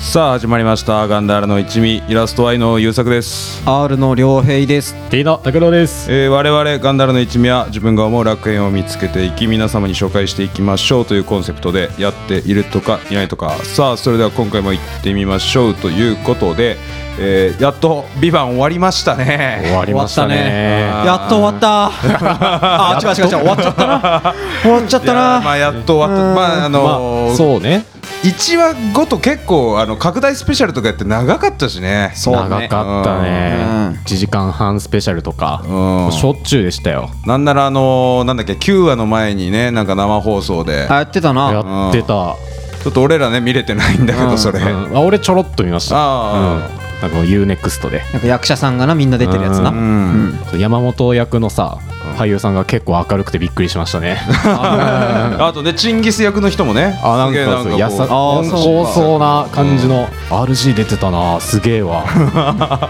さあ始まりましたガンダーラの一味イラストアイの優作です、 R の良平です。 T の拓郎です。えー、我々ガンダーラの一味は自分が思う楽園を見つけていき皆様に紹介していきましょうというコンセプトでやっているとかいないとかさあそれでは今回も行ってみましょうということで、えー、やっと「ビバン終わりました終ねわりましたね。やっと終わった。あ、違う違う違う、終わっちゃったな。終わっちゃっいたやーまな。あやっと終わっうたんまああのまあそうね。 1話ごと結構あの拡大スペシャルとかやって長かったしねそう長ねかったうねん。一時間半スペシャルとかうん、しょっちゅうでしたよ。なんならあのーなんだっけ9話の前にねなんか生放送であ、やってたな。やってちた。ょっと俺らね見れてないんだけうどんそれ、うんあ俺ちょろっと見ました。うんあなんか U ネクストで。なんか役者さんがな、みんな出てるやつな。あう、うんん。山本役のさ俳優さんが結構明るくてびっくりしましたね。あとねチンギス役の人もねあなんすげえかそうやさこあーそう温厚そうな感じの RG 出てたなすげえわ。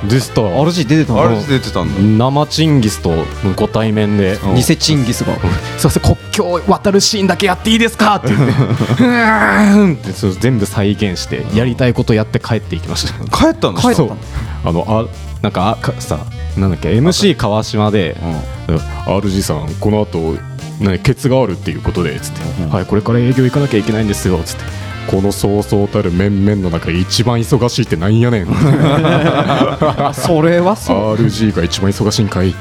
でした。 RG 出てたうあれの出てたんだ生チンギスとご対面で。うん偽チンギスが。すいません国境を渡るシーンだけやっていいですかって言ってうーんってそう全部再現してやりたいことやって帰っていきました帰ったのそうあのあなんかあかさなんだっけ MC 川島で「RG さんこの後ねケツがあるっていうことで」つって、はいこれから営業行かなきゃいけないんですよ」つって。このそうそうたる面々の中で一番忙しいってなんや ねんそれはそう。 RG が一番忙しいんかい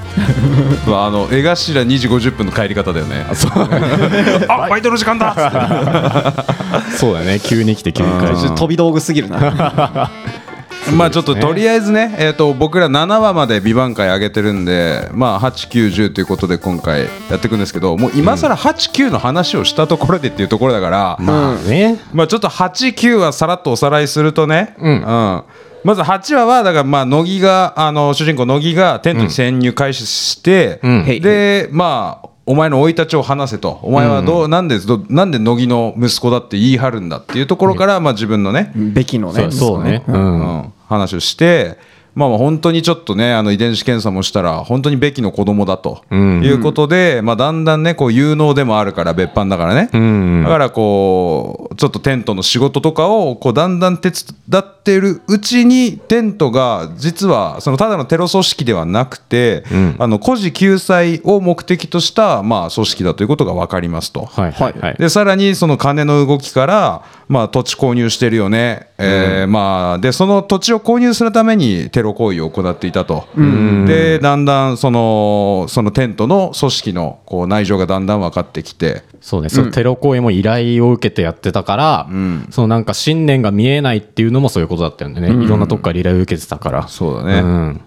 まああの江頭2時50分の帰り方だよねあバイトの時間だそうだね急に来て急に帰るちょっと飛び道具すぎるな。まあちょっととりあえずねえっ、と僕ら7話まで美版会上げてるんでまあ890ということで今回やっていくんですけどもう今更89の話をしたところでっていうところだから、まあねまあちょっと8、9はさらっとおさらいするとね、うんまず8話はだからまあ乃木があの主人公乃木がテントに潜入開始して、んでまあお前の生い立ちを話せとお前はどう、なんでどなんで乃木の息子だって言い張るんだっていうところから、まあ自分のね、べきのそね。うそうね。ううんん話をして。まあ、まあ本当にちょっとねあの遺伝子検査もしたら本当にべきの子供だと、うんいうことで、まあ、だんだんねこう有能でもあるから別班だからね、うんだからこうちょっとテントの仕事とかをこうだんだん手伝ってるうちにテントが実はそのただのテロ組織ではなくて、あの孤児救済を目的としたまあ組織だということが分かりますと。はいはいはい。でさらにその金の動きから、まあ、土地購入してるよね、えーまあ、でその土地を購入するためにテロ行為を行っていたと、でだんだんそのそのテントの組織のこう内情がだんだん分かってきて、そうね、そうテロ行為も依頼を受けてやってたから、そのなんか信念が見えないっていうのもそういうことだったよね、いろんなとこから依頼を受けてたからそうだねん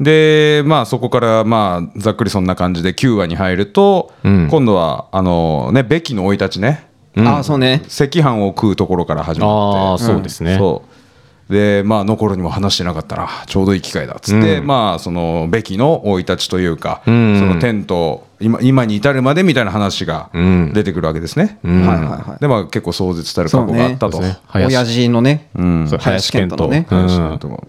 で、まあ、そこから、まあ、ざっくりそんな感じで9話に入ると、うん今度はあの、ね、ベキの生い立ちねあ、そうね。赤飯を食うところから始あまあってそうですね、そうでまあの頃にも話してなかったなちょうどいい機会だっつって、まあそのベキの生い立ちというか、んそのテント今今に至るまでみたいな話がん出てくるわけですね、はいはいはでまあ結構壮絶たる過去があったと。そうねい。林親父のね、うんそう林健人林うん話だと思う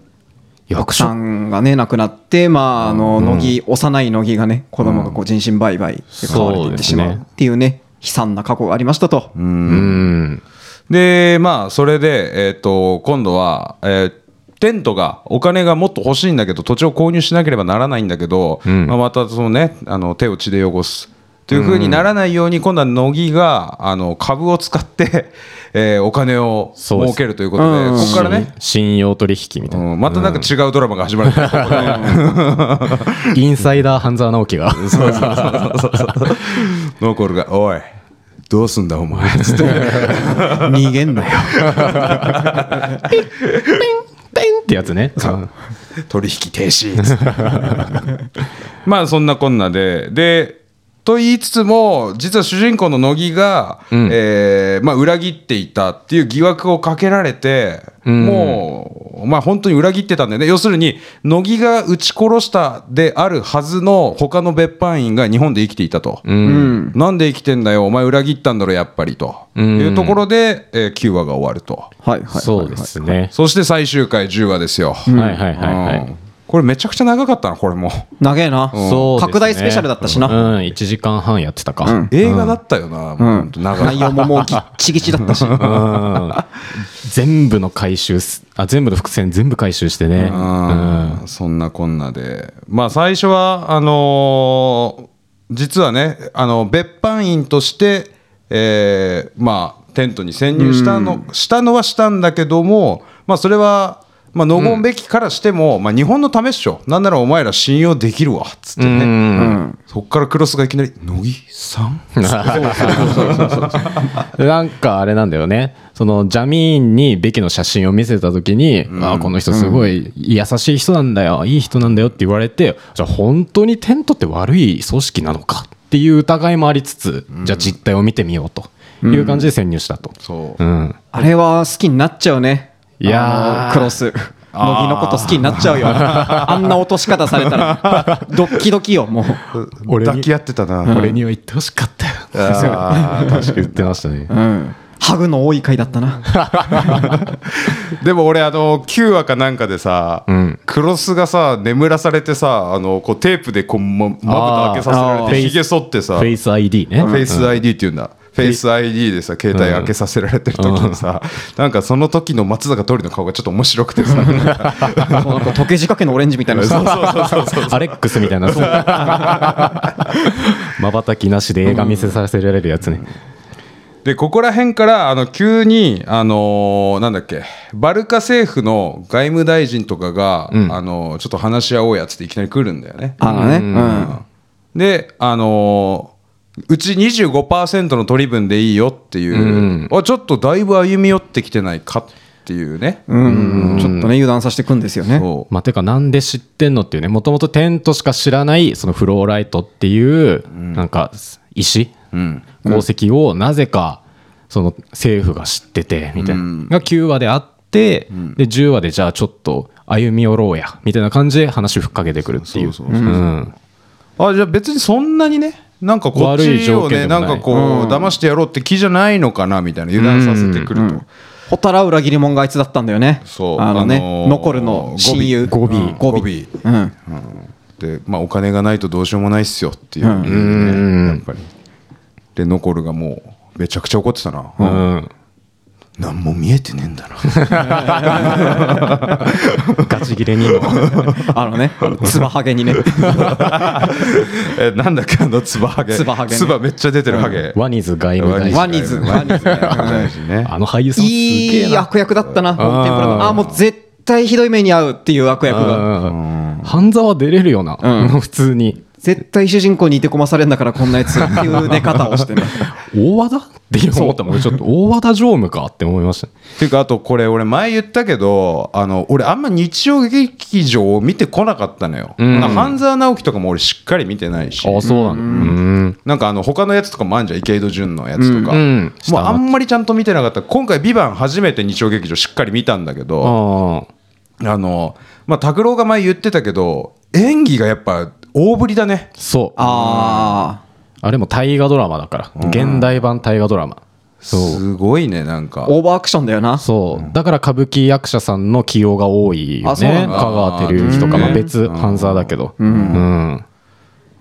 役奥所さんがね、亡くなって、まあ、あの、乃木、幼い乃木がね、子供がこう人身売買で買われていってしまうっていうね、悲惨な過去がありましたと。うんでまあそれで、えー、と今度は、えーテントがお金がもっと欲しいんだけど土地を購入しなければならないんだけど、んまあ、またその、ね、あの手を血で汚す。というふうにならないように今度は乃木があの株を使って、 えーお金をそうです儲けるということでうんここからね、信用取引みたいな、うん、またなんか違うドラマが始まるんだよここで インサイダー半沢直樹が ノーコールが「おいどうすんだお前」つって逃 げんなよ。ペンってやつね取引停止 まあそんなこんなででと言いつつも実は主人公の乃木が、えーまあ、裏切っていたっていう疑惑をかけられて、もう、まあ、本当に裏切ってたんだよね要するに乃木が撃ち殺したであるはずの他の別班員が日本で生きていたと、うん。なんで生きてんだよお前裏切ったんだろやっぱりと、いうところで、えー9話が終わるとはいはいはいはい。そうですね、そして最終回10話ですよ、はいはいはいはい、うんこれめちゃくちゃ長かったなこれも長えな、うんそうですね拡大スペシャルだったしなうん、1時間半やってたか。ううんん。映画だったよな、もうほんと長い内容ももう ぎっちぎちだったし全部の回収す、あ、全部の伏線全部回収してね。うん。うんそんなこんなでまあ最初はあのー実はねあの別班員として、えーまあテントに潜入したのしたのはしたんだけどもまあそれは。まあ、のごんべきからしても、まあ、日本のためっしょなんならお前ら信用できるわっつってうね、うんんそっからクロスがいきなり「乃木さん?」なんかあれなんだよねそのジャミーンにベキの写真を見せた時に「あこの人すごい優しい人なんだよ、いい人なんだよ」って言われてじゃあ本当にテントって悪い組織なのかっていう疑いもありつつ、じゃあ実態を見てみようという感じで潜入したと。そううんあれは好きになっちゃうねいやーあのクロス乃木のこと好きになっちゃう よあんな落とし方されたらドッキドキよもう俺に抱き合ってたな、俺には言ってほしかったよ。あ確か言ってましたね。うんハグの多い回だったなでも俺あの9話かなんかでさ、んクロスがさ眠らされてさあのこうテープでこうままぶた開けさせあらーれてひげ剃ってさフェイス ID ね。フェイス ID っていうんだ、フェイス ID でさ携帯開けさせられてる時にさ、なんかその時の松坂桃李の顔がちょっと面白くてさ そうなんか時計仕掛けのオレンジみたいなそうそうそうそうアレックスみたいな。 まばたきなしで映画見せさせられるやつね。でここら辺からあの急に、あのーなんだっけバルカ政府の外務大臣とかが、んあのーちょっと話し合おうやつっていきなり来るんだよね。あのねうんで、あのーうち25%の取り分でいいよっていう、あちょっとだいぶ歩み寄ってきてないかっていうね、うんちょっとね油断させてくんですよねそうまあ、てかなんで知ってんのっていうねもともとテントしか知らないそのフローライトっていうなんか石、鉱石をなぜかその政府が知っててみたいな、が9話であって、で10話でじゃあちょっと歩み寄ろうやみたいな感じで話ふっかけてくるっていうそううそうそんあじゃあ別にそんなにねなんかこっ悪いち条を件ねでもなないんかこう、騙してやろうって気じゃないのかなみたいな油断させてくると、ホタラ裏切り者があいつだったんだよねそうあのね、あのー残るの親友語尾うん語尾語尾うんで、まあ、お金がないとどうしようもないっすよっていう、ねうんやっぱりでノコルがもうめちゃくちゃ怒ってたな、うん何も見えてねえん だなガチ切 れにもあのねつばはげにねえなんだっけあのつばハゲつばハゲねつばめっちゃ出てるハゲ、ワニズ外務大臣ワニズワニズワニねあの俳優さんすげいえいな悪役だったな本天ぷらのあーもう絶対ひどい目に遭うっていう悪役がうん半沢出れるよな、普通に絶対主人公にいてこまされんだからこんなやつっていう出方をしてね大和田って思ったもんちょっと大和田常務かって思いましたっていうかあとこれ俺前言ったけどあの俺あんま日曜劇場を見てこなかったのよ、んなんか半沢直樹とかも俺しっかり見てないしあそうなんうんなんかあの他のやつとかもあんじゃん池井戸潤のやつとか、うんもうあんまりちゃんと見てなかった今回「ビバン初めて日曜劇場しっかり見たんだけどああのまあ拓郎が前言ってたけど演技がやっぱ大ぶりだねそうああれも大河ドラマだから現代版大河ドラマそうすごいねなんかあオーバーアクションだよなそうだから歌舞伎役者さんの起用が多いよあそうなねん香だ川照之とかまうあん別半沢だけどうん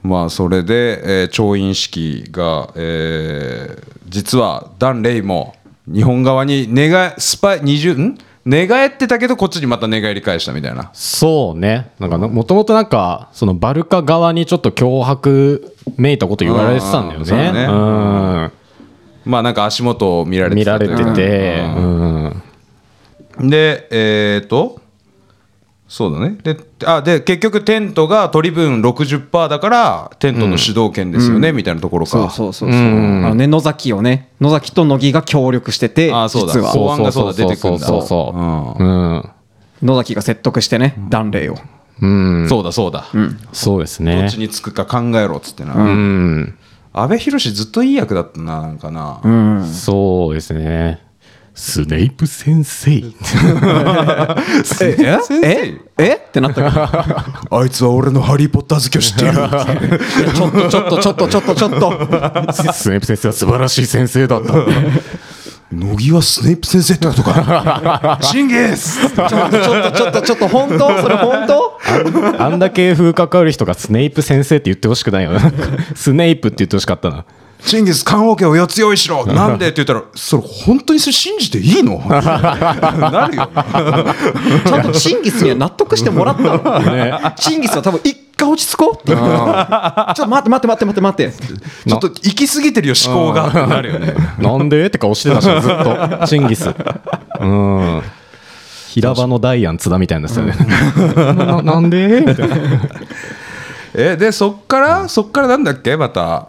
まあそれで、えー調印式が、えー実はダン・レイも日本側に寝がスパイ20ん寝返ってたけどこっちにまた寝返り返したみたいなそうねなんかもともとなんかそのバルカ側にちょっと脅迫めいたこと言われてたんだようんそうだねねうんまあなんか足元を見られて見たらとれいうてかてうんうんでえっ、とそうだねであで結局テントが取り分60%だからテントの主導権ですよね、みたいなところかそうそうそうそうあのね野崎をね野崎と乃木が協力しててあそうだ実はそう法案がだ出てくんだそうそうそうそううん野崎が説得してね断礼をうん、そうだそうだ、そうですどっねち。につくか考えろっつってな、うん、安倍博ずっといい役だったななんかな、そうですね。スネイプ先生。ええええってなったけあいつは俺のハリー・ポッター好きを知っている どちょ っとちょっとちょっとちょっとちょっとスネイプ先生は素晴らしい先生だった。乃木はスネイプ先生ってこと かシンゲースちょっとちょっとちょっとちょっと本当それ本当あんだけ風格ある人がスネイプ先生って言ってほしくないよ なスネイプって言ってほしかったなチンギス、棺桶を4つ用意し ろ、なんでって言ったら、それ、本当にそれ信じてい いのなるよ。ちゃんとチンギスには納得してもらったの、ね、チンギスは多分一回落ち着こうって言うちょっと待って待って待って待って待って、ちょっと行き過ぎてるよ、思考が。なるよね。なんでって顔してたし、ずっと、チンギス。うん。平場のダイアン津田みたいなですよね。 ななんでえ、で、そっから、そっからなんだっけ、また。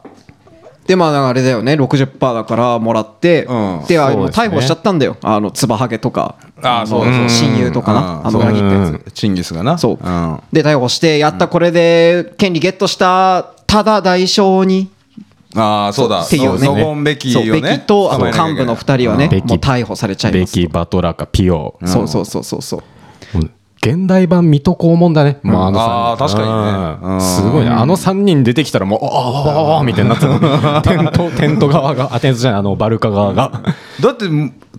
でまああれだよね60%だからもらって、うん、であの、ね、逮捕しちゃったんだよあのつばはげとかあそうそう親友とかなあの裏切ったやつチンギスがなそう、うん、で逮捕してやったこれで権利ゲットしたただ代償にああそうだっていうねノゴンベキをねベキとあの幹部の2人はね、もう逮捕されちゃいますベキバトラカピオ、うん、そうそうそうそうそう現代版水戸黄門だね、まあ、あのあ確かにね、すごいねあの3人出てきたらもうあわわわわみたいになってたテントテント側があテントじゃないあのバルカ側がだって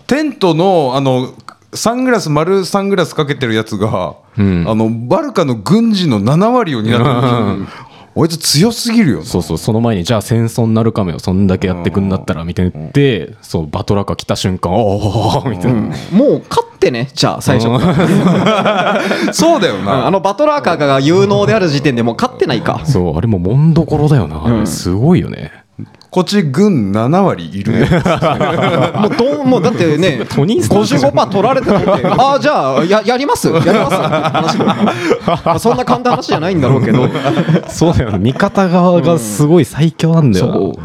テントのあのサングラス丸サングラスかけてるやつが、うん、あのバルカの軍事の7割を担ってるあいつ強すぎるよそうそうその前にじゃあ戦争になるかもよそんだけやってくんだったらみたいな言って、うん、そうバトラカ来た瞬間おおみたいな、うん、もう勝ってねじゃあ最初そうだよなあのバトラカが有能である時点でもう勝ってないかそうあれももんどころだよな、うん、すごいよねこっち軍7割いるもうどもうだってね、55%取られてるって、ああ、じゃあや、やります、やります話そんな簡単な話じゃないんだろうけど、そうだよ、ね、味方側がすごい最強なんだよ、う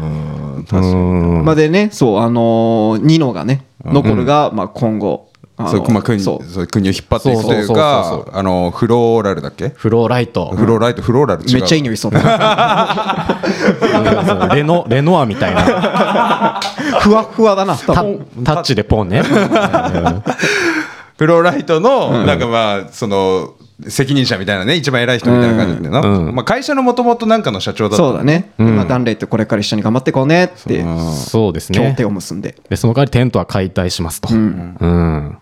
ん、まあ、でね、そう、あのー、ニノがね、ノコルが、うん、まあ、今後。 そうまあ、国そう国を引っ張っていくというかあのフローラルだっけフローライトフローライトフローラルめっちゃいい匂いそうレノレノアみたいなふわふわだなタッチでポンねフローライトの、なんかまあその責任者みたいなね一番偉い人みたいな感じでな、うんうん、まあ、会社のもともとなんかの社長だったそうだね、うん、今ダンレイとこれから一緒に頑張っていこうねってそうですね協定を結んででその代わりテントは解体しますと、うん、うん、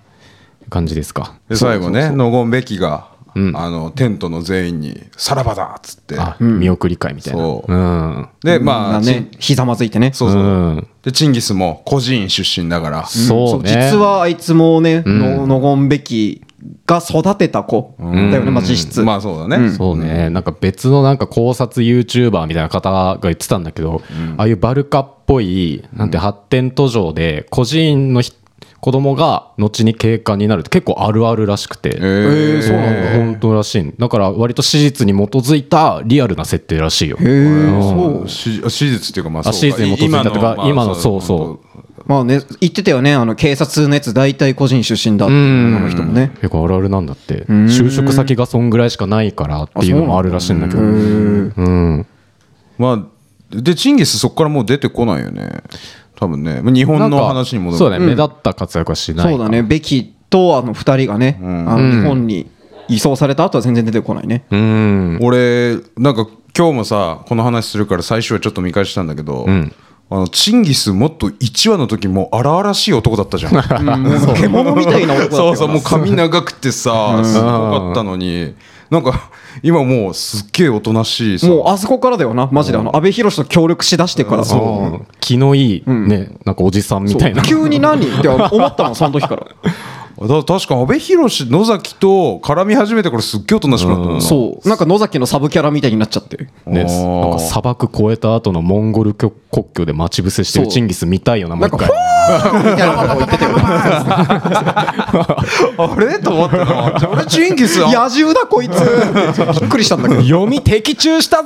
感じですかで最後ねノゴン・ベキが、うん、あのテントの全員に「さらばだ!」っつって、見送り会みたいなそう、うん、でまあ、ね、ひざまずいてねそうそう、でチンギスも孤児院出身だから、そう、ね,、、実はあいつもね、のノゴン・ベキが育てた子だよね、まあ、実質まあそうだね、うんそうねなんか別のなんか考察 YouTuber みたいな方が言ってたんだけど、うん、ああいうバルカっぽいなんて発展途上で孤児院の子供が後に警官になるって結構あるあるらしくて、えー、そうなんだ本当らしいだから割と史実に基づいたリアルな設定らしいよへえ、うん、そう史実っていうかまあそう史実に基づいたとか今のそうそうまあね、言ってたよね、あの警察のやつ、大体個人出身だって、あの人もね。結構あるあるなんだって、就職先がそんぐらいしかないからっていうのもあるらしいんだけど。うんまあ、で、チンギス、そこからもう出てこないよね、多分ね、日本の話に戻るそうだね、目立った活躍はしない、うん、そうだね、ベキとあの2人がね、あの日本に移送された後は全然出てこないね。うん俺、なんか今日もさ、この話するから、最初はちょっと見返したんだけど。うんあのチンギスもっと1話の時も荒々しい男だった じゃんうん、獣みたいな男だったそうそうもう髪長くてさすごかったのになんか今もうすっげえおとなしいもうあそこからだよなマジであの安倍寛と協力しだしてからそう気のいいね、うん、なんかおじさんみたいな急に何って思ったのその時からだ確か安倍博野崎と絡み始めてからすっげえおとなしくなったそうなんか野崎のサブキャラみたいになっちゃってねなんか砂漠越えた後のモンゴル国境で待ち伏せしてるチンギス見たいよなもう一回 あれと思ってな俺チンギス野獣だこいつびっくりしたんだけど読み的中したぜ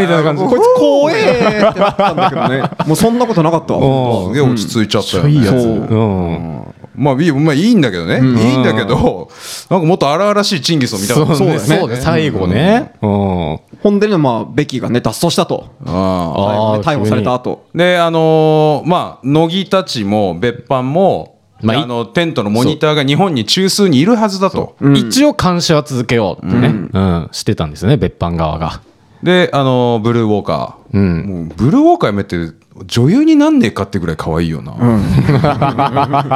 みたいな感じこいつ怖えってなったんだけどねもうそんなことなかったわすげえ落ち着いちゃったよね、うんまあ、まあ、いいんだけどね、うん、いいんだけど、なんかもっと荒々しいチンギスを見たかったそうですね、ねね、最後ね、うんうん、ほんでね、まあ、ベキがね、脱走したと、あ逮捕された後で、あのー、まあ、乃木たちも別班も、まあ、あのテントのモニターが日本に中枢にいるはずだと、一応、監視は続けようってね、うんしてたんですよね、別班側が。で、あのー、ブルーウォーカー。うんもうブルーウォーカーやめて女優になんねえかってぐらい可愛いよな、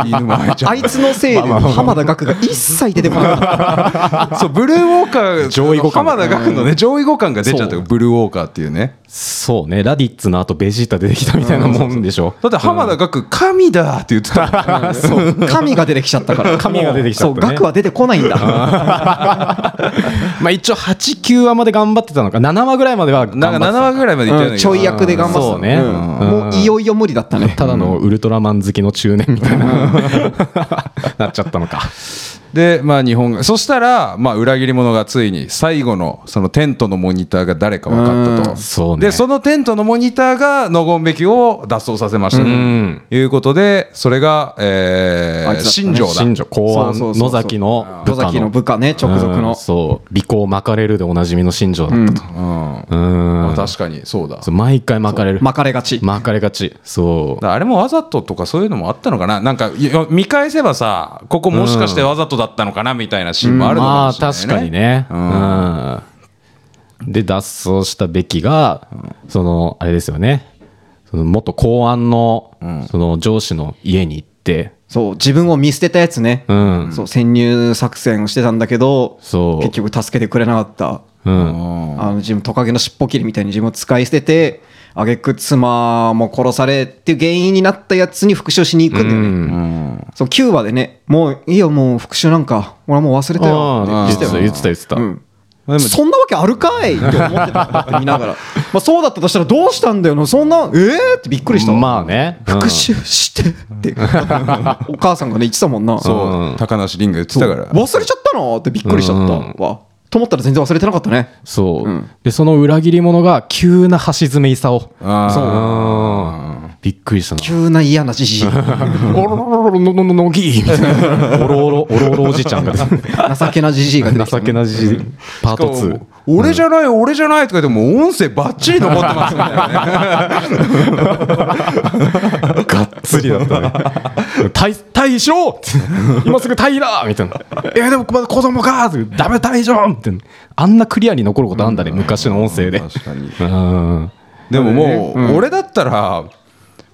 犬も愛ちゃんあいつのせいで浜田岳が一切出てこな かっ そうブルーウォーカー上位互換浜田岳のね上位互換が出ちゃったそようブルーウォーカーっていうねそうね、ラディッツの後ベジータ出てきたみたいなもんで しょ。だって浜田岳神だって言ってたもん たそう神が出てきちゃったから神が出てきちゃったねそう岳は出てこないんだまあ一応8、9話まで頑張ってたのか、7話ぐらいまでは頑張なっんてかた7話ぐらいまでいってうんちょい役で頑張ってたそうねんうんもういよいよ無理だったねただのウルトラマン好きの中年みたい な、なっちゃったのか。で、まあ、日本がそしたら、まあ、裏切り者がついに最後のそのテントのモニターが誰か分かったと。そうね。でそのテントのモニターがノゴンべきを脱走させましたとうんいうことでそれが、えあいー、つだったね新庄だ新庄公安そうそうそうそう野崎の野崎の部下ね直属うのんそう尾行巻かれるでおなじみの新庄だったと、うんうんまあ確かにそうだそう毎回巻かれる巻かれがち巻かれがちそだからあれもわざととかそういうのもあったのかななんかいや見返せばさここもしかしてわざとだったのかなみたいなシーンもあうるのかまもあしれない、ね確かにね、うんで脱走したべきが、そのあれですよねその元公安の,、その上司の家に行ってそう自分を見捨てたやつねうんそう潜入作戦をしてたんだけどそう結局助けてくれなかったうんうんあの自分トカゲの尻尾切りみたいに自分を使い捨てて挙句妻も殺されっていう原因になったやつに復讐しに行くんだよね、うんそう9話でねもういいよもう復讐なんか俺はもう忘れたよってあ言ーってたよ言ってた言ってた、うんまあでもそんなわけあるかいって思ってたんだって見ながらまあそうだったとしたらどうしたんだよなそんなえー、ってびっくりしたわまあねうん復讐してって、お母さんがね言ってたもんなそう、うん高梨凛が言ってそたうから忘れちゃったのってびっくりしちゃったわ、と思ったら全然忘れてなかったねそう、うんでその裏切り者が急な橋爪功あうんびっくりしたな急な嫌な じじいおろろろろののののぎみたいな。おろおろ、おろおろおじちゃんが。情けなじじい が出てきた情けなじじ、パートしか2も。俺じゃない、俺じゃないとか言ってもう音声ばっちり残ってますみたいなねがっつりだったね。 退、退避しろ今すぐ退避だみたいな。え、でもまだ子供かダメ退場みたいな。あんなクリアに残ることあんだね、昔の音声で。確かにうん。 でももう、俺だったら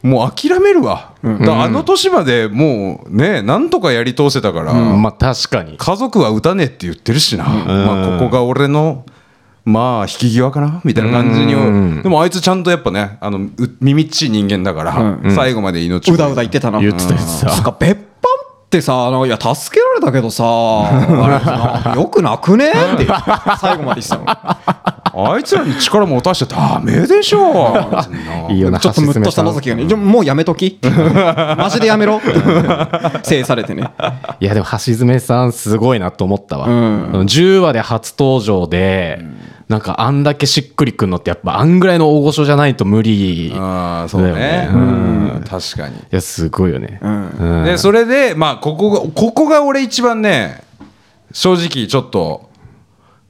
もう諦めるわ、だからあの年までもうねなんとかやり通せたから、まあ確かに。家族は打たねえって言ってるしな、まあ、ここが俺のまあ引き際かなみたいな感じにうんでもあいつちゃんとやっぱねあのう耳っちい人間だから、最後まで命をうだうだ言ってたな言ってた言ってたつか別班ってさあのいや助けられたけ どさあれさよくなくねって最後まで言ってた のあいつらに力持たしちゃダメでしょいいよな、ちょっとムッとした橋爪さ野ん崎がね、じゃあもうやめとき、 マジでやめろ、制されてね、いやでも橋爪さんすごいなと思ったわ、ん10話で初登場で、なんかあんだけしっくりくんのってやっぱあんぐらいの大御所じゃないと無理いああそうねだよねうん、確かにやすごいよね、うんでそれでまあここがここが俺一番ね正直ちょっと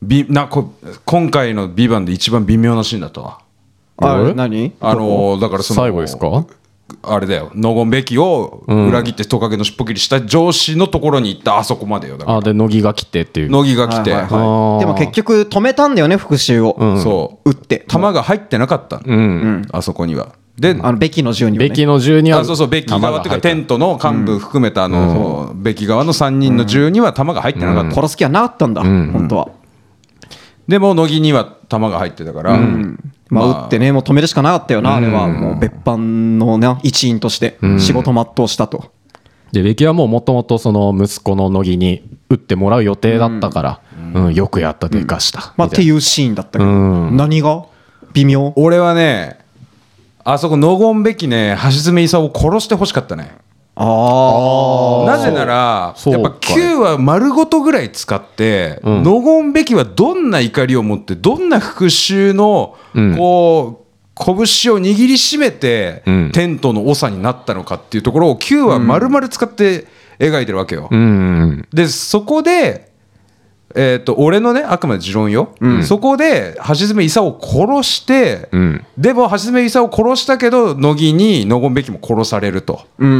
びなこ今回の「ビバンで一番微妙なシーンだったわあえれ、何あのーだからその最後ですかあれだよノゴンべきを裏切ってトカゲの尻尾切りした上司のところに行ったあそこまでよだからあで乃木が来てっていう乃木が来て、はいはいあーでも結局、止めたんだよね、復讐を、そう撃って、弾が入ってなかったの、うんあそこにはで、あのベキの銃にはベねキの12あ話そうそう、ベッキー側というか、テントの幹部含めた、あの、ベッキー側の3人の銃には弾が入ってなかった。殺す気はなかったんだ、本当は。でも、乃木には弾が入ってたから、まあ、撃ってね、もう止めるしかなかったよな、あれは、もう別班のな一員として、仕事全うしたと。でベキはもうもともとその息子の乃木に打ってもらう予定だったから、うんよくやったでかした、まあ、っみたていいうシーンだったけど、うん何が微妙俺はね、あそこ、ノゴンべきね、橋爪功を殺してほしかったね。あなぜなら、そうやっぱそうか9は丸ごとぐらい使って、ノゴンべきはどんな怒りを持って、どんな復讐の、うんこう、拳を握りしめて、うんテントの長になったのかっていうところを9は丸々使って描いてるわけよ。うんでそこで、えー、と俺のねあくまで持論よ、そこで橋爪功を殺して、うんでも橋爪功を殺したけど乃木にノゴンべきも殺されると、うん、う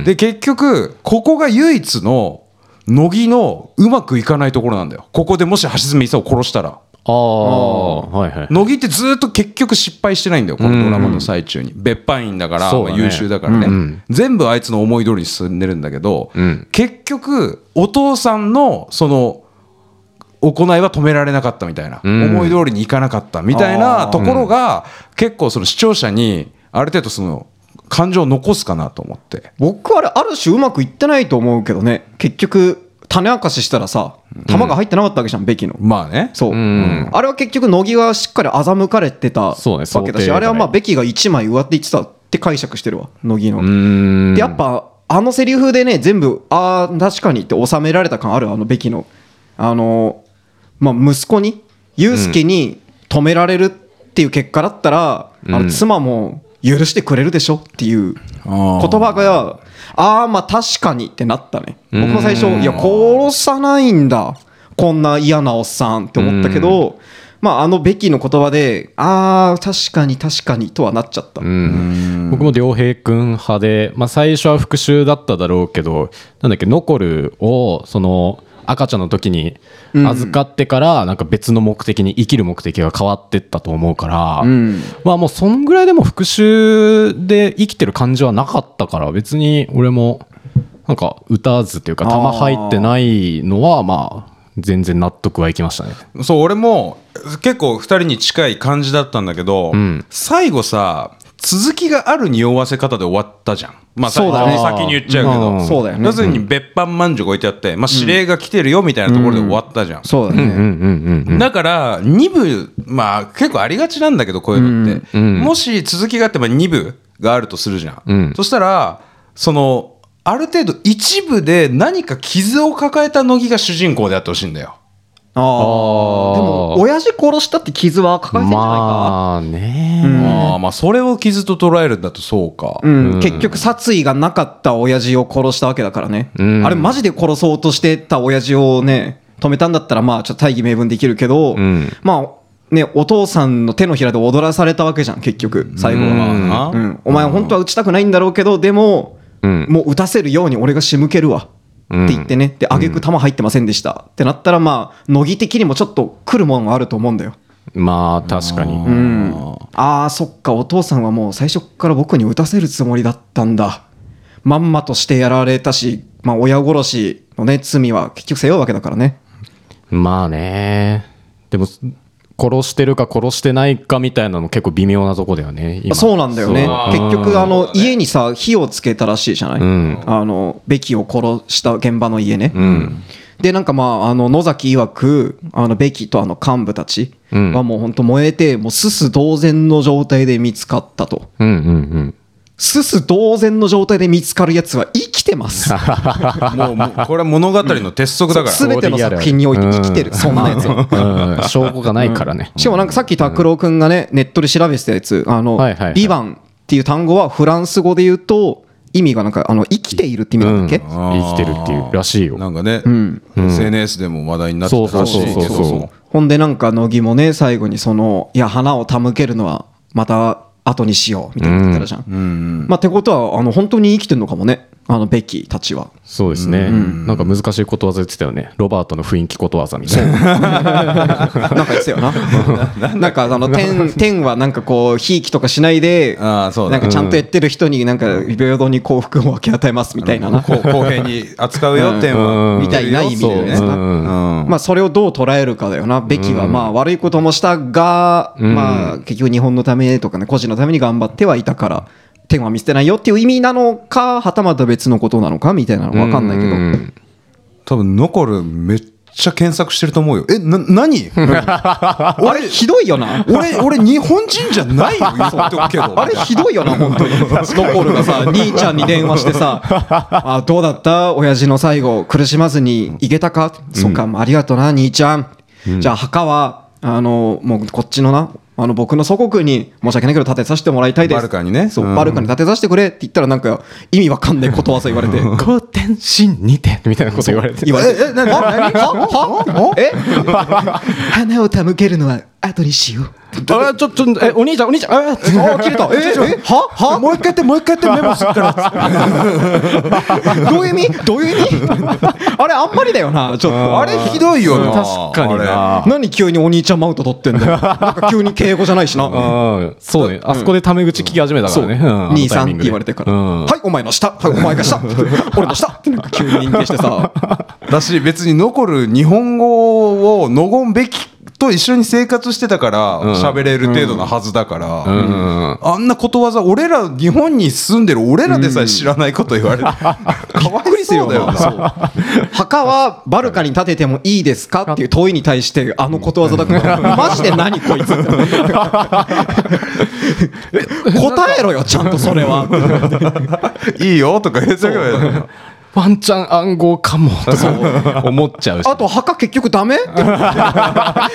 んで結局ここが唯一の乃木のうまくいかないところなんだよここでもし橋爪功を殺したらああ、はいはい。乃木ってずっと結局失敗してないんだよこのドラマの最中に、別班員だからそうだねまあ優秀だからね、うんうん全部あいつの思い通りに進んでるんだけど、うん結局お父さんのその行いは止められなかったみたいな、うん思い通りにいかなかったみたいあなーところが、結構その視聴者にある程度その感情を残すかなと思って。僕はあれある種うまくいってないと思うけどね結局種明かししたらさ球が入ってなかったわけじゃん、べきのまあねそう、んあれは結局乃木がしっかり欺かれてたわそうねけだ想定し外あれはまあべきが1枚上手って言ってたって解釈してるわ乃木の、うんでやっぱあのセリフでね全部ああ確かにって収められた感あるあのべきのあのまあ息子に祐介に止められるっていう結果だったら、あの妻も許してくれるでしょっていうあー言葉がああまあ確かにってなったね僕も最初いや殺さないんだこんな嫌なおっさんって思ったけどまああのベキの言葉でああ確かに確かにとはなっちゃったうん、僕も良平君派で、まあ、最初は復讐だっただろうけどなんだっけ残るをその赤ちゃんの時に預かってからなんか別の目的に生きる目的が変わってったと思うから、うんまあもうそんぐらいでも復讐で生きてる感じはなかったから別に俺もなんか歌わずというか弾入ってないのはまあ全然納得はいきましたね。そう俺も結構2人に近い感じだったんだけど、ん最後さ続きがある匂わせ方で終わったじゃんまあそうだね先に言っちゃうけど、うんそうだよね要するに別班まんじゅうが置いてあって、まあ、指令が来てるよみたいなところで終わったじゃん、そうだね、うんうんうんだから2部まあ結構ありがちなんだけどこういうのって、もし続きがあってば2部があるとするじゃん、うんそしたらそのある程度一部で何か傷を抱えた乃木が主人公であってほしいんだよああでも親父殺したって傷は抱えてんじゃないか、まあねああまあそれを傷と捉えるんだとそう か、うん結局殺意がなかった親父を殺したわけだからね、んあれマジで殺そうとしてた親父をね止めたんだったらまあちょっと大義名分できるけど、んまあねお父さんの手のひらで踊らされたわけじゃん結局最後は、まあう、なんお前本当は打ちたくないんだろうけどでも、うんもう打たせるように俺が仕向けるわって言ってね、で挙句弾入ってませんでした、ってなったらまあ乃木的にもちょっと来るものがあると思うんだよまあ確かに。うん、あーそっかお父さんはもう最初っから僕に打たせるつもりだったんだまんまとしてやられたし、まあ、親殺しのね罪は結局背負うわけだからねまあね。でも、殺してるか殺してないかみたいなの結構微妙なとこだよね。今そうなんだよねそう結局あの家にさ火をつけたらしいじゃない、んあのベキを殺した現場の家ね、でなんかまああの野崎曰くあのベキとあの幹部たちはもう本当燃えてもうすす同然の状態で見つかったと。うんうん すす同然の状態で見つかるやつは生きてます。もうもうこれは物語の鉄則だから、すべての作品において生きてる、 そんなやつは。うん。うん、証拠がないからね。しかもなんかさっき拓郎くんがね、ネットで調べてたやつ、あの、はいはいはいビバンっていう単語はフランス語で言うと、意味がなんか、あの、生きているって意味なんだっけ、うん生きてるっていうらしいよ。なんかね、SNS でも話題になってたらしいけどそうそうそうそうほんでなんか、乃木もね、最後にその、いや、花を手向けるのは、また後にしよう、みたいな言ってたじゃん。まあ、ってことは、あの、本当に生きてるのかもね、あの、ベッキーたちは。そうですね、なんか難しいことわざ言ってたよね。ロバートの雰囲気ことわざみたいな。なんか言ってたよな。なんかあの天天はなんかこうひいきとかしないで、あーそうだなんかちゃんとやってる人になんか平等に幸福を分け与えますみたいなな。こう公平に扱うよ点はうんみたいな意味でね。そううんうんまあそれをどう捉えるかだよな。べきはまあ悪いこともしたが、まあ結局日本のためとかね個人のために頑張ってはいたから。天は見捨てないよっていう意味なのかはたまた別のことなのかみたいなの分かんないけど、うん多分残るめっちゃ検索してると思うよえな何あれひどいよな俺俺日本人じゃない よ言っとくけどあれひどいよな、本 当に。ノコルが さ、兄ちゃんに電話して さ、あどうだった親父の最後、苦しまずに行けたか、そっか、ありがとな、兄ちゃん。じゃあ、墓は、あの、もうこっちのな、あの僕の祖国に申し訳ないけど建てさせてもらいたいです。バルカにねそう、うんバルカに建てさせてくれって言ったら、なんか意味わかんないことわざ言われて。後天心にてみたいなこと言われて。 言われて。え、え、何ははえ花を手向けるのは後にしよう。あちょっとえお兄ちゃんお兄ちゃん えっあ切れた。ええははもう一回やってもう一回や ってメモするからっつってどういう意味どういう意味あれあんまりだよな。ちょっと。ああれれひどいよな確かにな何急にお兄ちゃんマウント取ってんだよ。なんか急に敬語じゃないしな。うんそうねあそこでタメ口聞き始めたからねうん兄さんって言われてから。うんはい、お前の下。はい、お前が下。俺の下。ってなんか急に認定して さ。あれだし別に残る日本語をのごんべきと一緒に生活してたから喋れる程度のはずだから、うんあんなことわざ俺ら日本に住んでる俺らでさえ知らないこと言われて、かわいそうだよなそう墓はバルカに建ててもいいですかっていう問いに対してあのことわざだからマジで何こい つ答えろよちゃんとそれはいいよとか言ってたけどワンチャン暗号かもとか思っちゃうしあと墓結局ダメ墓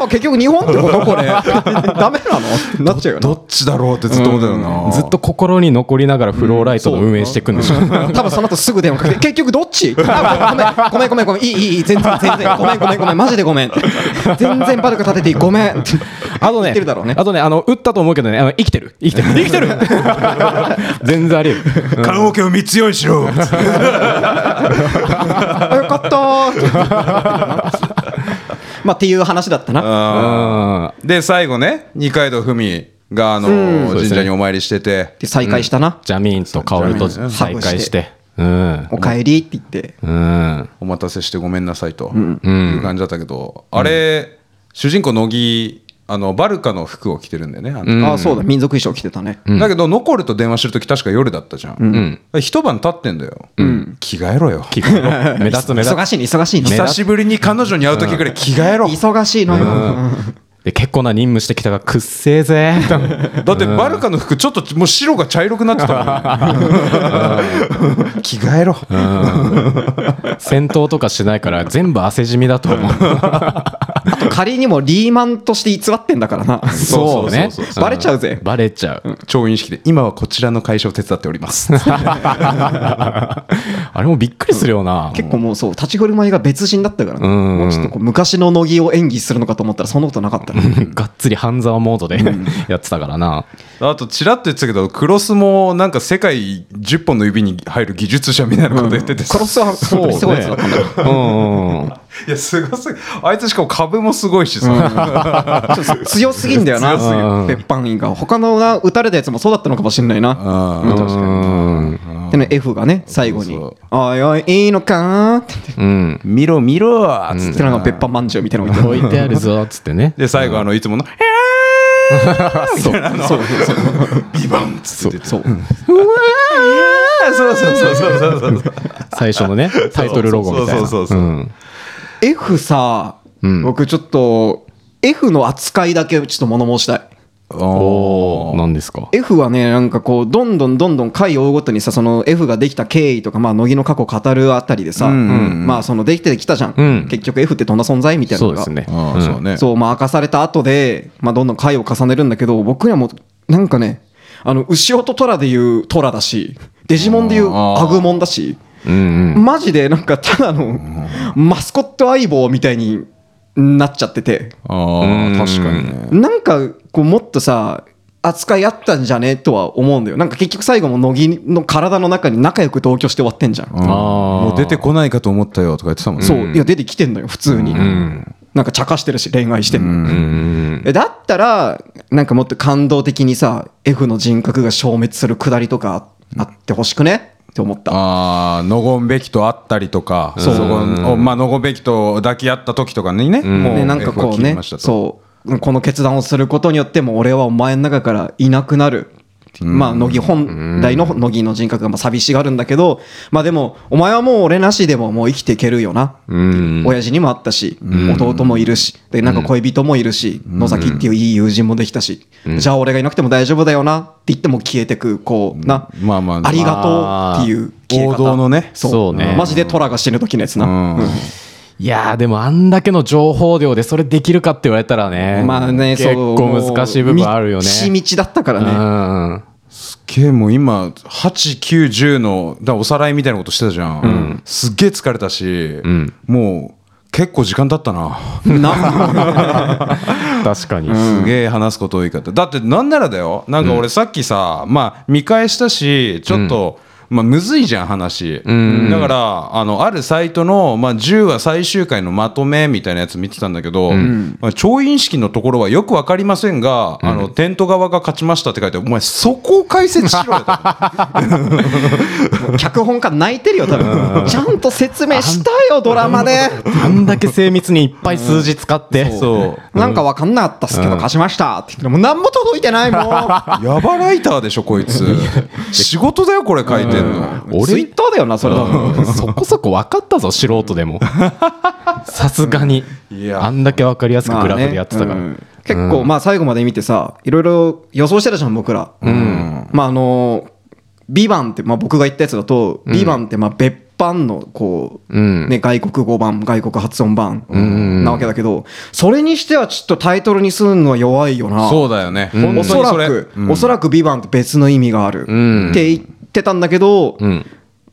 は結局日本って ことこれダメなのなっちゃうよどなっちだろうってずっと思ったよな、ずっと心に残りながらフローライトの運営していくんでしょ多分その後すぐ電話かけて結局どっちあごめんごめんごめんごめんいいいいいい全然全然ごめんごめんごめんマジでごめん全然バルカ建てていいごめんあと言ねってるだろうね、あとね、あの、打ったと思うけどね、あの生きてる。生きてる。 生きてる全然あり得る。棺桶を三つ用意しろあよかったーまあっていう話だったうん。な。で最後ね二階堂ふみがあのそう神ですね社にお参りしててで再会したな。ジャミーンとカオルとジャミーン再会して。うん。おかえりって言って。 うん。お待たせしてごめんなさいという感じだったけどあれ主人公乃木あのバルカの服を着てるんだよねあのああそうだ民族衣装着てたね。だけどノコルと電話してる時確か夜だったじゃん一晩経ってんだよ着替えろよ気分目立つ目立忙つ。しいの忙しいの。久しぶりに彼女に会う時ぐらい着替えろ 忙しいのよ。で、結構な任務してきたが、くっせえぜ。だってバルカの服ちょっともう白が茶色くなってたもん 着替えろ戦闘とかしないから、全部汗染みだと思う。あと仮にもリーマンとして偽ってんだからな。そうそうそうそうバレちゃうぜんバレちゃう。調印式で今はこちらの会社を手伝っております あれもびっくりするよな。結構もうそう立ち振る舞いが別人だったからね。んうんもうちょっとこう昔の乃木を演技するのかと思ったらそんなことなかったね。がっつり半沢モードで やってたからな。あとちらっと言ってたけどクロスもなんか世界10本の指に入る技術者みたいなこと言ってて、クロスは本当にすごいやつだったんだから。うんうん。いやすごすぎあいつしかも株もすごいしさ、ちょっと強すぎんだよな、 強すぎる別班員が。他のな撃たれたやつもそうだったのかもしれないな。うん確かうん。でね、F がね、最後にそう、おいおい、いいのかーって言ってうん。に見ろ見ろーっつっって、なんか別班まんじゅうみたいなのが置置いいてあるぞ、つってね。てで最後あのいつもの「えてある。そうそうそう。ービバン!」っつっててそうあーそうそうそうそうそうそうそう最初のね、タイトルロゴみたいな。そうそうそうそううん。 F さ、ん僕ちょっと、F の扱いだけちょっと物申したい。おお、なんですか。 F はね、なんかこう、どんどんどんどん回を追うごとにさ、その F ができた経緯とか、まあ、乃木の過去を語るあたりでさ、まあ、そのできてきたじゃん。うん結局 F ってどんな存在みたいなそのうでがすね。あーそうねそう、まあ、明かされた後で、まあ、どんどん回を重ねるんだけど、僕にはもう、なんかね、あの、牛尾とトラで言うトラだし、デジモンで言うあーアグモンだし、うんうん。マジでなんかただのマスコット相棒みたいになっちゃってて、あうんー確かにねなんか、こう、もっとさ、扱いあったんじゃねとは思うんだよ。なんか結局最後も乃木の体の中に仲良く同居して終わってんじゃん。うんあーもう出てこないかと思ったよとか言ってたもんねそう、いや、出てきてんのよ、普通に。うん。なんか茶化してるし、恋愛してんの。うんうん。えだったらなんかもっと感動的にさ F の人格が消滅するくだりとかあってほしくねって思ったああ、のごんべきと会ったりとか、そこ、おまあ、のごんべきと抱き合った時とかにね、もねなんかこうねそうこの決断をすることによってもう俺はお前の中からいなくなるまあ乃木本来の乃木の人格がまあ寂しがるんだけどまあでもお前はもう俺なしでももう生きていけるよなうん。親父にもあったし、弟もいるし、で、なんか恋人もいるし、野崎っていういい友人もできたし、じゃあ俺がいなくても大丈夫だよなって言っても消えてく、こう、な、まあまあありがとうっていう消え方。王道のねそうそうねマジで虎が死ぬ時のやつな。いやー、でもあんだけの情報量でそれできるかって言われたらね。まあね、結構難しい部分あるよね。しみちだったからうね。ん。けもう今、8、9、10の、だからおさらいみたいなことしてたじゃん。すっげえ疲れたし、もう、結構時間経ったな。確かに、すげえ話すこと多い方だってなんならだよなんか俺さっきさ、まあ見返したしちょっと、まあ、むずいじゃん話、んだからあのあるサイトの、まあ、10話最終回のまとめみたいなやつ見てたんだけど、まあ、調印式のところはよく分かりませんが、あのテント側が勝ちましたって書いてあるお前そこを解説しろよ脚本家泣いてるよ多分ちゃんと説明したよドラマであんだけ精密にいっぱい数字使って、そうなんか分かんなかったっすけど貸しましたって言ってもう何も届いてないもんヤバライターでしょこいつ仕事だよこれ書いてんのツイ 俺ッターだよなそれ多分そこそこ分かったぞ素人でもさすがにいやあんだけ分かりやすくグラフでやってたから、まあねうん結構まあ最後まで見てさいろいろ予想してたじゃん僕ら、まああの「ビバンってまあ僕が言ったやつだと「ビバンってまあ別版のこう、うんね、外国語版外国発音版なわけだけどそれにしてはちょっとタイトルにするのは弱いよなそうだよね、本当おにそらそれく、おそらく「ビバンって別の意味がある、んって言ってたんだけど、ん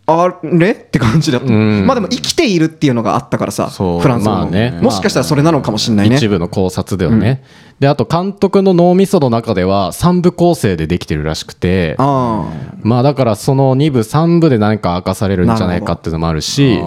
あれって感じだった、んまあでも生きているっていうのがあったからさそうフランス語の、まあねもしかしたらそれなのかもしれないね、一部の考察ではね、であと監督の脳みその中では3部構成でできてるらしくてあまあだからその2部3部で何か明かされるんじゃないかっていうのもあるし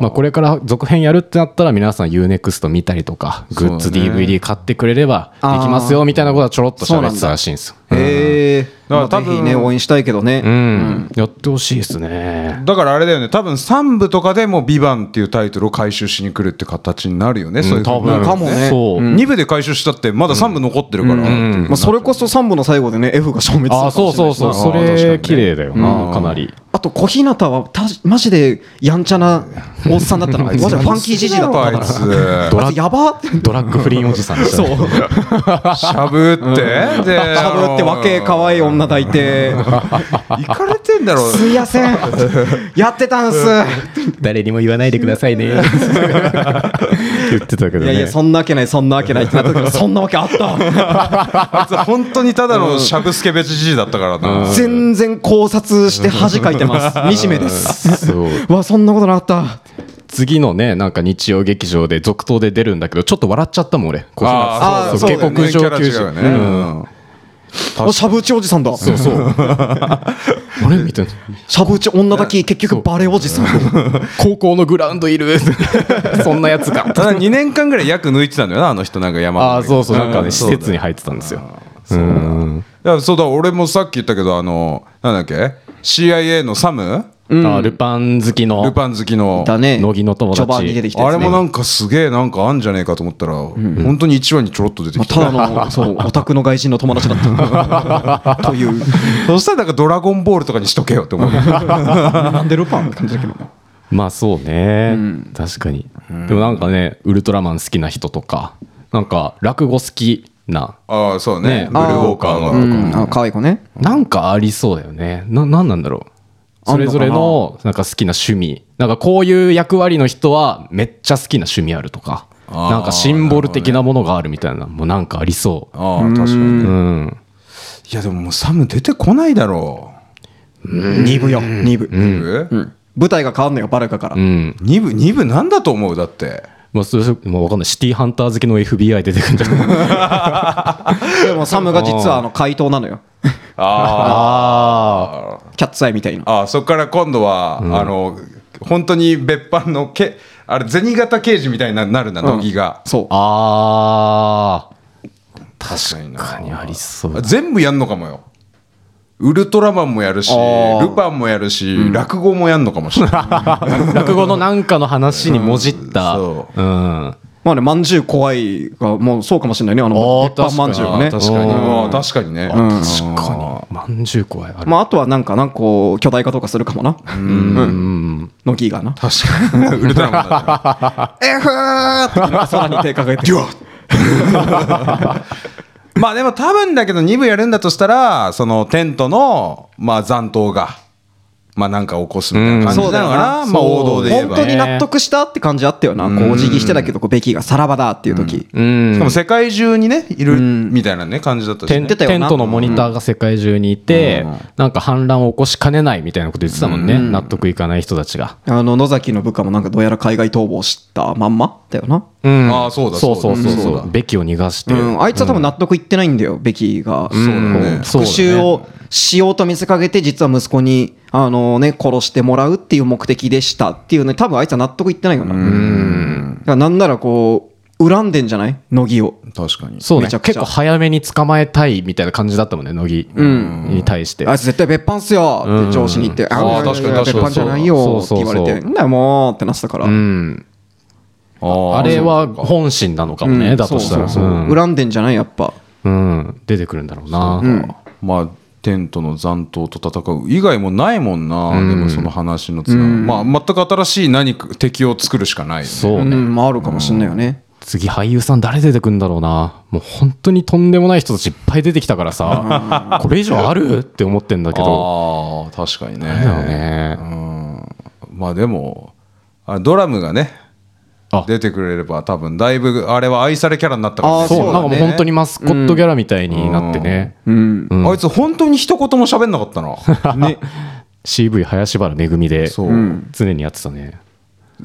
まあ、これから続編やるってなったら皆さん UNEXT 見たりとかグッズそうだね DVD 買ってくれればできますよみたいなことはちょろっと喋ってたらしいんですよ。あへえだまかあら多ぜ分ひね応援したいけどうね、ん、やってほしいですね。だからあれだよね多分3部とかでも「ビバンっていうタイトルを回収しに来るって形になるよね、そういう多ふうに分かもねそう、 2部で回収したってまだ3部残ってるから、まあ、それこそ3部の最後でね F が消滅するかあもあしれそなうそういそうそあー確かにねれ綺麗だようなんかなりあと小日向はたマジでやんちゃなおっさんだったのマジでファンキーじじいだったあかいらつドあラいつやばってドラッグ不倫おじさんでしたそうね。しゃぶってでしゃぶって若え可愛い女抱いていかれてんだろうすいやせんやってたんす誰にも言わないでくださいね 言ってたけどねいやいやそんなわけないそんなわけないってなったけどそんなわけあったあいつ本当にただのしゃぶスケベじじいだったからな、全然考察して恥かいてます惨めですそうわそんなことなかった次のねなんか日曜劇場で続投で出るんだけどちょっと笑っちゃったもん俺小日向さんああーそうだよね下克上キャラ違うよね、うんあしゃぶうちおじさんだそうそうあれみたいなしゃぶうち女だけ結局バレおじさん高校のグラウンドいる そんなやつがただ2年間ぐらい役抜いてたんだ よなあの人なんか山ああの上そうそうなんかね施設そうだによ入ってたんですようんだからそうだ俺もさっき言ったけどあのなんだっけ CIA のサムあルパン好きのルパン好きのだね乃木の友達序盤に出てきたあやれつねもなんかすげえなんかあんじゃねえかと思ったら、本当に1話にちょろっと出てまあきたた、だのそうオタクの外人の友達だったという そしたらなんか「ドラゴンボール」とかにしとけよって思うなんでルパンって感じだけどまあそうね、確かに、でもなんかねウルトラマン好きな人とかなんか落語好きな ああそうねねブルーウォーカーが、うんあ可愛い子ねなんかありそうだよねななんなんだろうあそんのかれぞなれのなんか好きな趣味なんかこういう役割の人はめっちゃ好きな趣味あるとかあーなんかシンボル的なものがあるみたいなもうなんかありそああ確かに、ういうんやでももうサム出てこないだろ2部よ2部う、2部、舞台が変わんのよバルカからうん2部2部なんだと思うだってまあそれもうわかんないシティハンター好きの FBI 出てくるんじゃないでもサムが実はあの怪盗なのよあ あキャッツアイみたいなあそっから今度は、あの本当に別班のけあれ銭形刑事みたいになるな乃木が、そうあ確かになー他にありそうあ全部やんのかもよウルトラマンもやるしあールパンもやるし、落語もやんのかもしれな い 落語のなんかの話にもじった、うんうんそまあねまんじゅう怖いがもうそうかもしれないねあのあー鉄板まんじゅうがあねー確かにうんあー確かにね、確かにまんじゅう怖いあれ、まああとはなんかなんかこう巨大化とかするかもなうんのギーがな確かに ウルトラマンだったら F ーって空に手掲げてデュ まあでも多分だけど2部やるんだとしたらそのテントの、まあ、残党がまあなんか起こすみたいな感じなのかな、まあ王道で言えば本当に納得したって感じあったよなこうお辞儀してたけどこうベキがさらばだっていう時うんしかも世界中にねいるうんみたいなね感じだったしテね、ンてたよテなントのモニターが世界中にいて、うんなんか反乱を起こしかねないみたいなこと言ってたもんね、納得いかない人たちが。あの野崎の部下もなんかどうやら海外逃亡したまんまだよなうんああそうだそうそうそうそそううだべきを逃がして、うん、あいつは多分納得いってないんだよ、ベキが。そうね復讐をしようと見せかけて、実は息子に、あのね、殺してもらうっていう目的でしたっていうね、多分あいつは納得いってないよな。だからなんならこう、恨んでんじゃない乃木を。確かにそうねめちゃくち結ゃ構早めに捕まえたいみたいな感じだったもんね乃木に対して、あいつ絶対別班っすよって上司に言って、あーいやいやいや確かに確かに別班じゃないよって言われそうて、そうそんだよもうってなってたから。うん、ああれは本心なのかもね、うんだとしたらそうそうそう恨んでんじゃないやっぱ。うん、出てくるんだろうな、まあテントの残党と戦う以外もないもんな、でもその話のつながり、まあ全く新しい何か敵を作るしかないよねそううね、ん、まああるかもしんないよね。次俳優さん誰出てくるんだろうなもう本当にとんでもない人たちいっぱい出てきたからさこれ以上あるって思ってんだけあどあ確かにねだよね、まあでもあドラムがねあ出てくれれば多分だいぶあれは愛されキャラになったからあーそうそうだねなんかもう本当にマスコットギャラみたいになってね、うん。あいつ本当に一言も喋んなか ったな CV 林原めぐみでそう、常にやってたね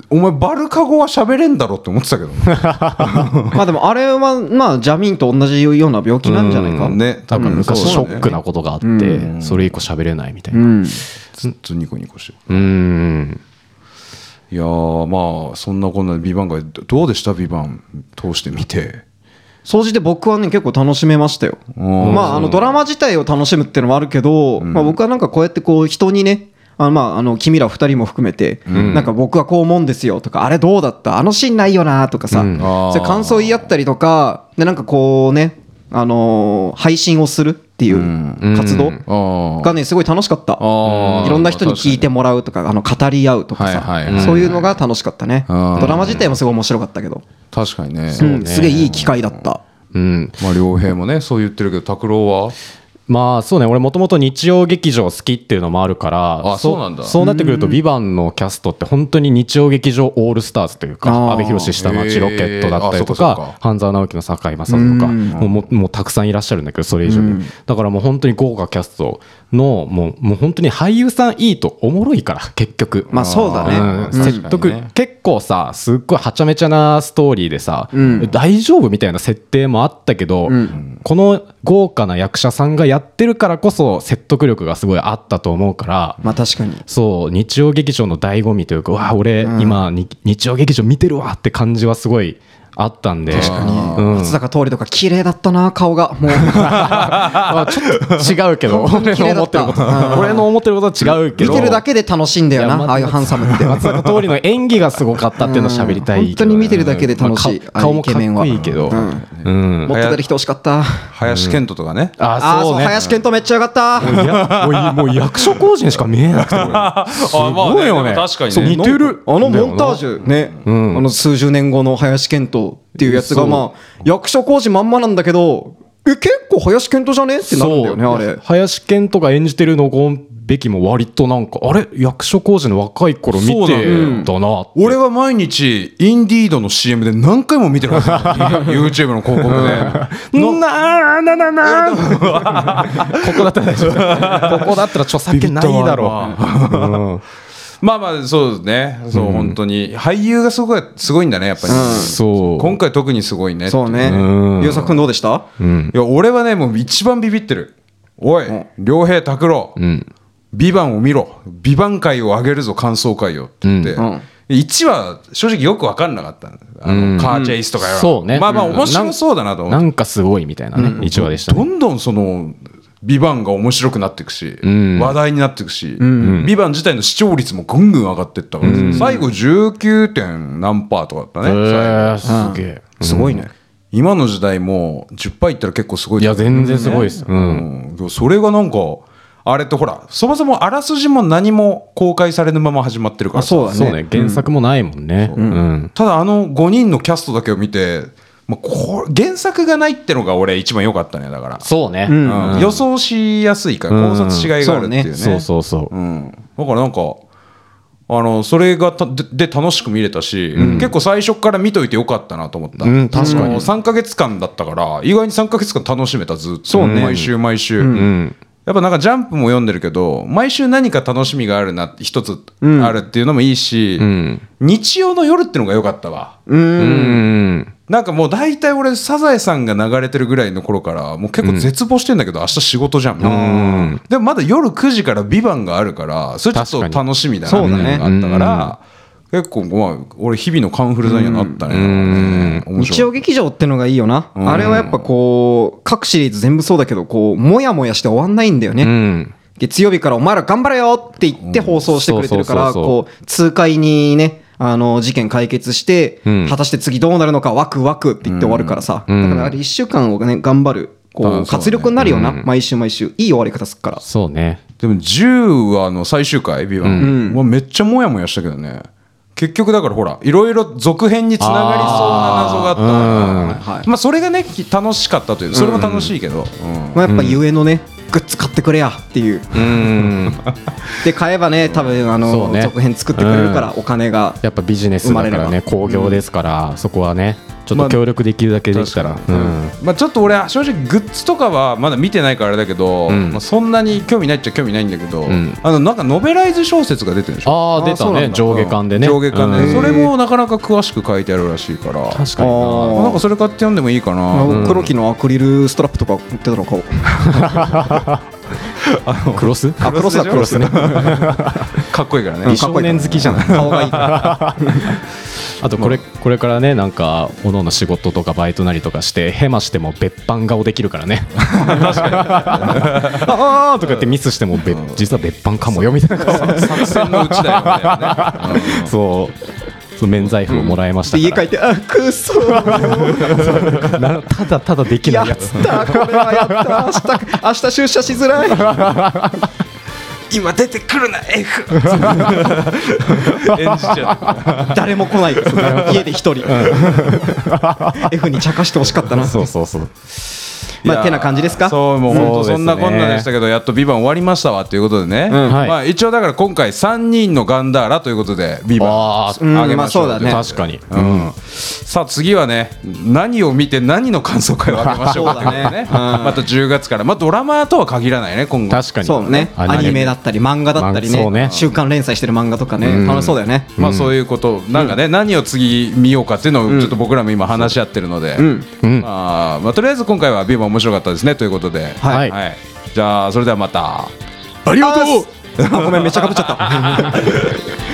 お前バルカ語は喋れんだろって思ってたけどねまあでもあれは、まあ、ジャミンと同じような病気なんじゃないか。ね多多分分昔シそョうだッよクねなことがあってそれ以降喋れないみたいなうん。ずっとニコニコしてうんいやーまあそんなこんなでビバンがどうでしたビバン通してみて総じて僕はね結構楽しめましたよ。うんまああのドラマ自体を楽しむっていうのもあるけど、まあ僕はなんかこうやってこう人にね。あのまあ、あの君ら二人も含めて、なんか僕はこう思うんですよとかあれどうだったあのシーンないよなとかさ、うんあーそれ感想言い合ったりとかでなんかこうね、あのー配信をするっていう活動あーがねすごい楽しかった、あーいろんな人に聞いてもらうとかあの語り合うとかさ、はいはいはいそういうのが楽しかったね、うんドラマ自体もすごい面白かったけど、確かにねうんすげえいい機会だった。うんまあ良平もねそう言ってるけど拓郎はまあそうね俺もともと日曜劇場好きっていうのもあるからあそうなんだそうなってくると「ビバンのキャストって本当に日曜劇場オールスターズというあかー阿部寛下町ロケットだったへーあそりとうかそうかか半沢直樹の坂井正人とかうんもうもうもうたくさんいらっしゃるんだけどそれ以上にだからもう本当に豪華キャストのもうもう本当に俳優さんいいとおもろいから結局まあそうだねうんうん説確か得にね結構さすっごいはちゃめちゃなストーリーでさ大丈夫みたいな設定もあったけどこの豪華な役者さんがやってるからこそ説得力がすごいあったと思うからまあ確かに。そう日曜劇場の醍醐味というかうわあ俺今に日曜劇場見てるわって感じはすごいあったんで確か松坂桃李とか綺麗だったな顔がもうちょっと違うけど 本俺当に綺の麗だ思っったてること俺の思ってることは違うけ見どてるだけで楽しいんだよいやなああいうハンサムって松坂桃李の演技がすごかったっていうのを喋りたいけどね本当に見てるだけで楽しいまあか顔もかっこいいけどあのイうんもっと出てきてほしかった林遣都とかねああーーそそううね林遣都めっちゃよかったいやもういもう役所広司にしか見えなくて俺すごいよねそう似てるあのモンタージュねあんの数十年後の林遣都っていうやつがそうまあ役所広司まんまなんだけどえ結構林遣都じゃねってなるんだよねあれ林遣都が演じてるのごんべきも割となんかあれ役所広司の若い頃見そうだねてだなって俺は毎日インディードの CM で何回も見てるはず YouTube の広告でななななな ここだったら大丈 夫ここだったら著作権ないだろうまあまあそうですねそう本当に俳優がすごいすごいんだねやっぱりそう今回特にすごいねそうねうん優作君どうでしたいや俺はねもう一番ビビってるおい良平拓郎うんビバンを見ろビバン会を上げるぞ感想会をって言って、うんうん1話正直よく分かんなかったのあの、カーチェイスとかよ、そうねまあまあ面白そうだなと思なって、んかすごいみたいなね一話でしたねどんどんそのビバンが面白くなっていくし、ん話題になっていくし、ビバン自体の視聴率もぐんぐん上がっていったから、最後 19. 点何パーとかだったね、へ最後ーすげえすごいね今の時代も10パーいったら結構すごいいや全然すごいですううんん、でもそれがなんかあれってほらそもそもあらすじも何も公開されぬまま始まってるからあさそうだそうね原作もないもんねうんただあの5人のキャストだけを見てまあ、これ原作がないってのが俺一番良かったねだから、そうね、うんうん予想しやすいから考察しがいがあるっていうね,、うんそうそうそううん、だからなんかあのそれがたでで楽しく見れたし、結構最初から見といてよかったなと思った、うん確かに3か月間だったから意外に3か月間楽しめたずっとそうね毎週毎週、うんやっぱなんかジャンプも読んでるけど毎週何か楽しみがあるなって一つうんあるっていうのもいいし、うん日曜の夜ってのが良かったわうんうんなんかもう大体俺サザエさんが流れてるぐらいの頃からもう結構絶望してんだけど、明日仕事じゃん、んでもまだ夜9時から「ビバンがあるからそれちょっと確かに楽しみだなみたいなのがあったから、結構まあ俺日々のカンフル剤にはなったね、うん面白い日曜劇場ってのがいいよな、あれはやっぱこう各シリーズ全部そうだけどこうモヤモヤして終わんないんだよね、うん月曜日から「お前ら頑張れよ!」って言って放送してくれてるかうらんそうそうこう痛快にねあの事件解決してうん果たして次どうなるのかワクワクって言って終わるからさうんだからあれ1週間をね頑張るあそうこねう活力になるよなうん毎週毎週いい終わり方すっからそうねでも10話の最終回「ビバン、うんまあめっちゃモヤモヤしたけどね結局だからほらいろいろ続編につながりそうな謎があったあからーうんまあ、それがねき楽しかったというそれも楽しいけど、うんまあやっぱゆえのねグッズ買ってくれやっていううんで買えばね多分あそうのね続編作ってくれるからお金が やっぱビジネスだか生らまれねれば興行ですから、そこはねちょっと協力できるだけできたら、うんまあ、ちょっと俺は正直グッズとかはまだ見てないからあれだけど、んまあ、そんなに興味ないっちゃ興味ないんだけど、んあのなんかノベライズ小説が出てるでしょああー出たそうなねんだ上下巻でね上下巻で、うんそれもなかなか詳しく書いてあるらしいから確かになあーなんかそれ買って読んでもいいかな、まあ黒木のアクリルストラップとか売ってたの買おうクロスあクロスだクロスねかっこいいからね、うん美少年好きじゃない顔がいいから あとこれこれからねなんかおのの仕事とかバイトなりとかしてヘマしても別班顔できるからね確かにああ とかってミスしても別実は別班かもよみたいな顔作戦のうちだよみたいなね、 そうそう免罪符をもらいましたでか家帰ってあクソら、 なただただできやなっいやつたこれはやった明日明日出社しづらい今出てくるな F 演じちゃ 誰も来ないです家で一人 F に茶化してほしかったな そうそうそううまあてな感じですかそうもうそうですね本当そんなこんなでしたけどやっと「ビバン終わりましたわということでね、んはいまあ、一応だから今回3人のガンダーラということで「ビバンあーうんあげましょうまあそうだね確かに、うんさあ次はね何を見て何の感想会をあげましょうかそうだねねうん また10月からまあドラマとは限らないね今後確かにそうねあれアニメだったり漫画だったりまあそうねね週刊連載してる漫画とかね楽しそうだよねまあそういうこと、なんかね何を次見ようかっていうのをちょっと僕らも今話し合ってるので、うんまあ、まあとりあえず今回は「ビバン面白かったですねということで、はいはい、じゃあそれではまた。ありがとうごめんめっちゃかぶっちゃった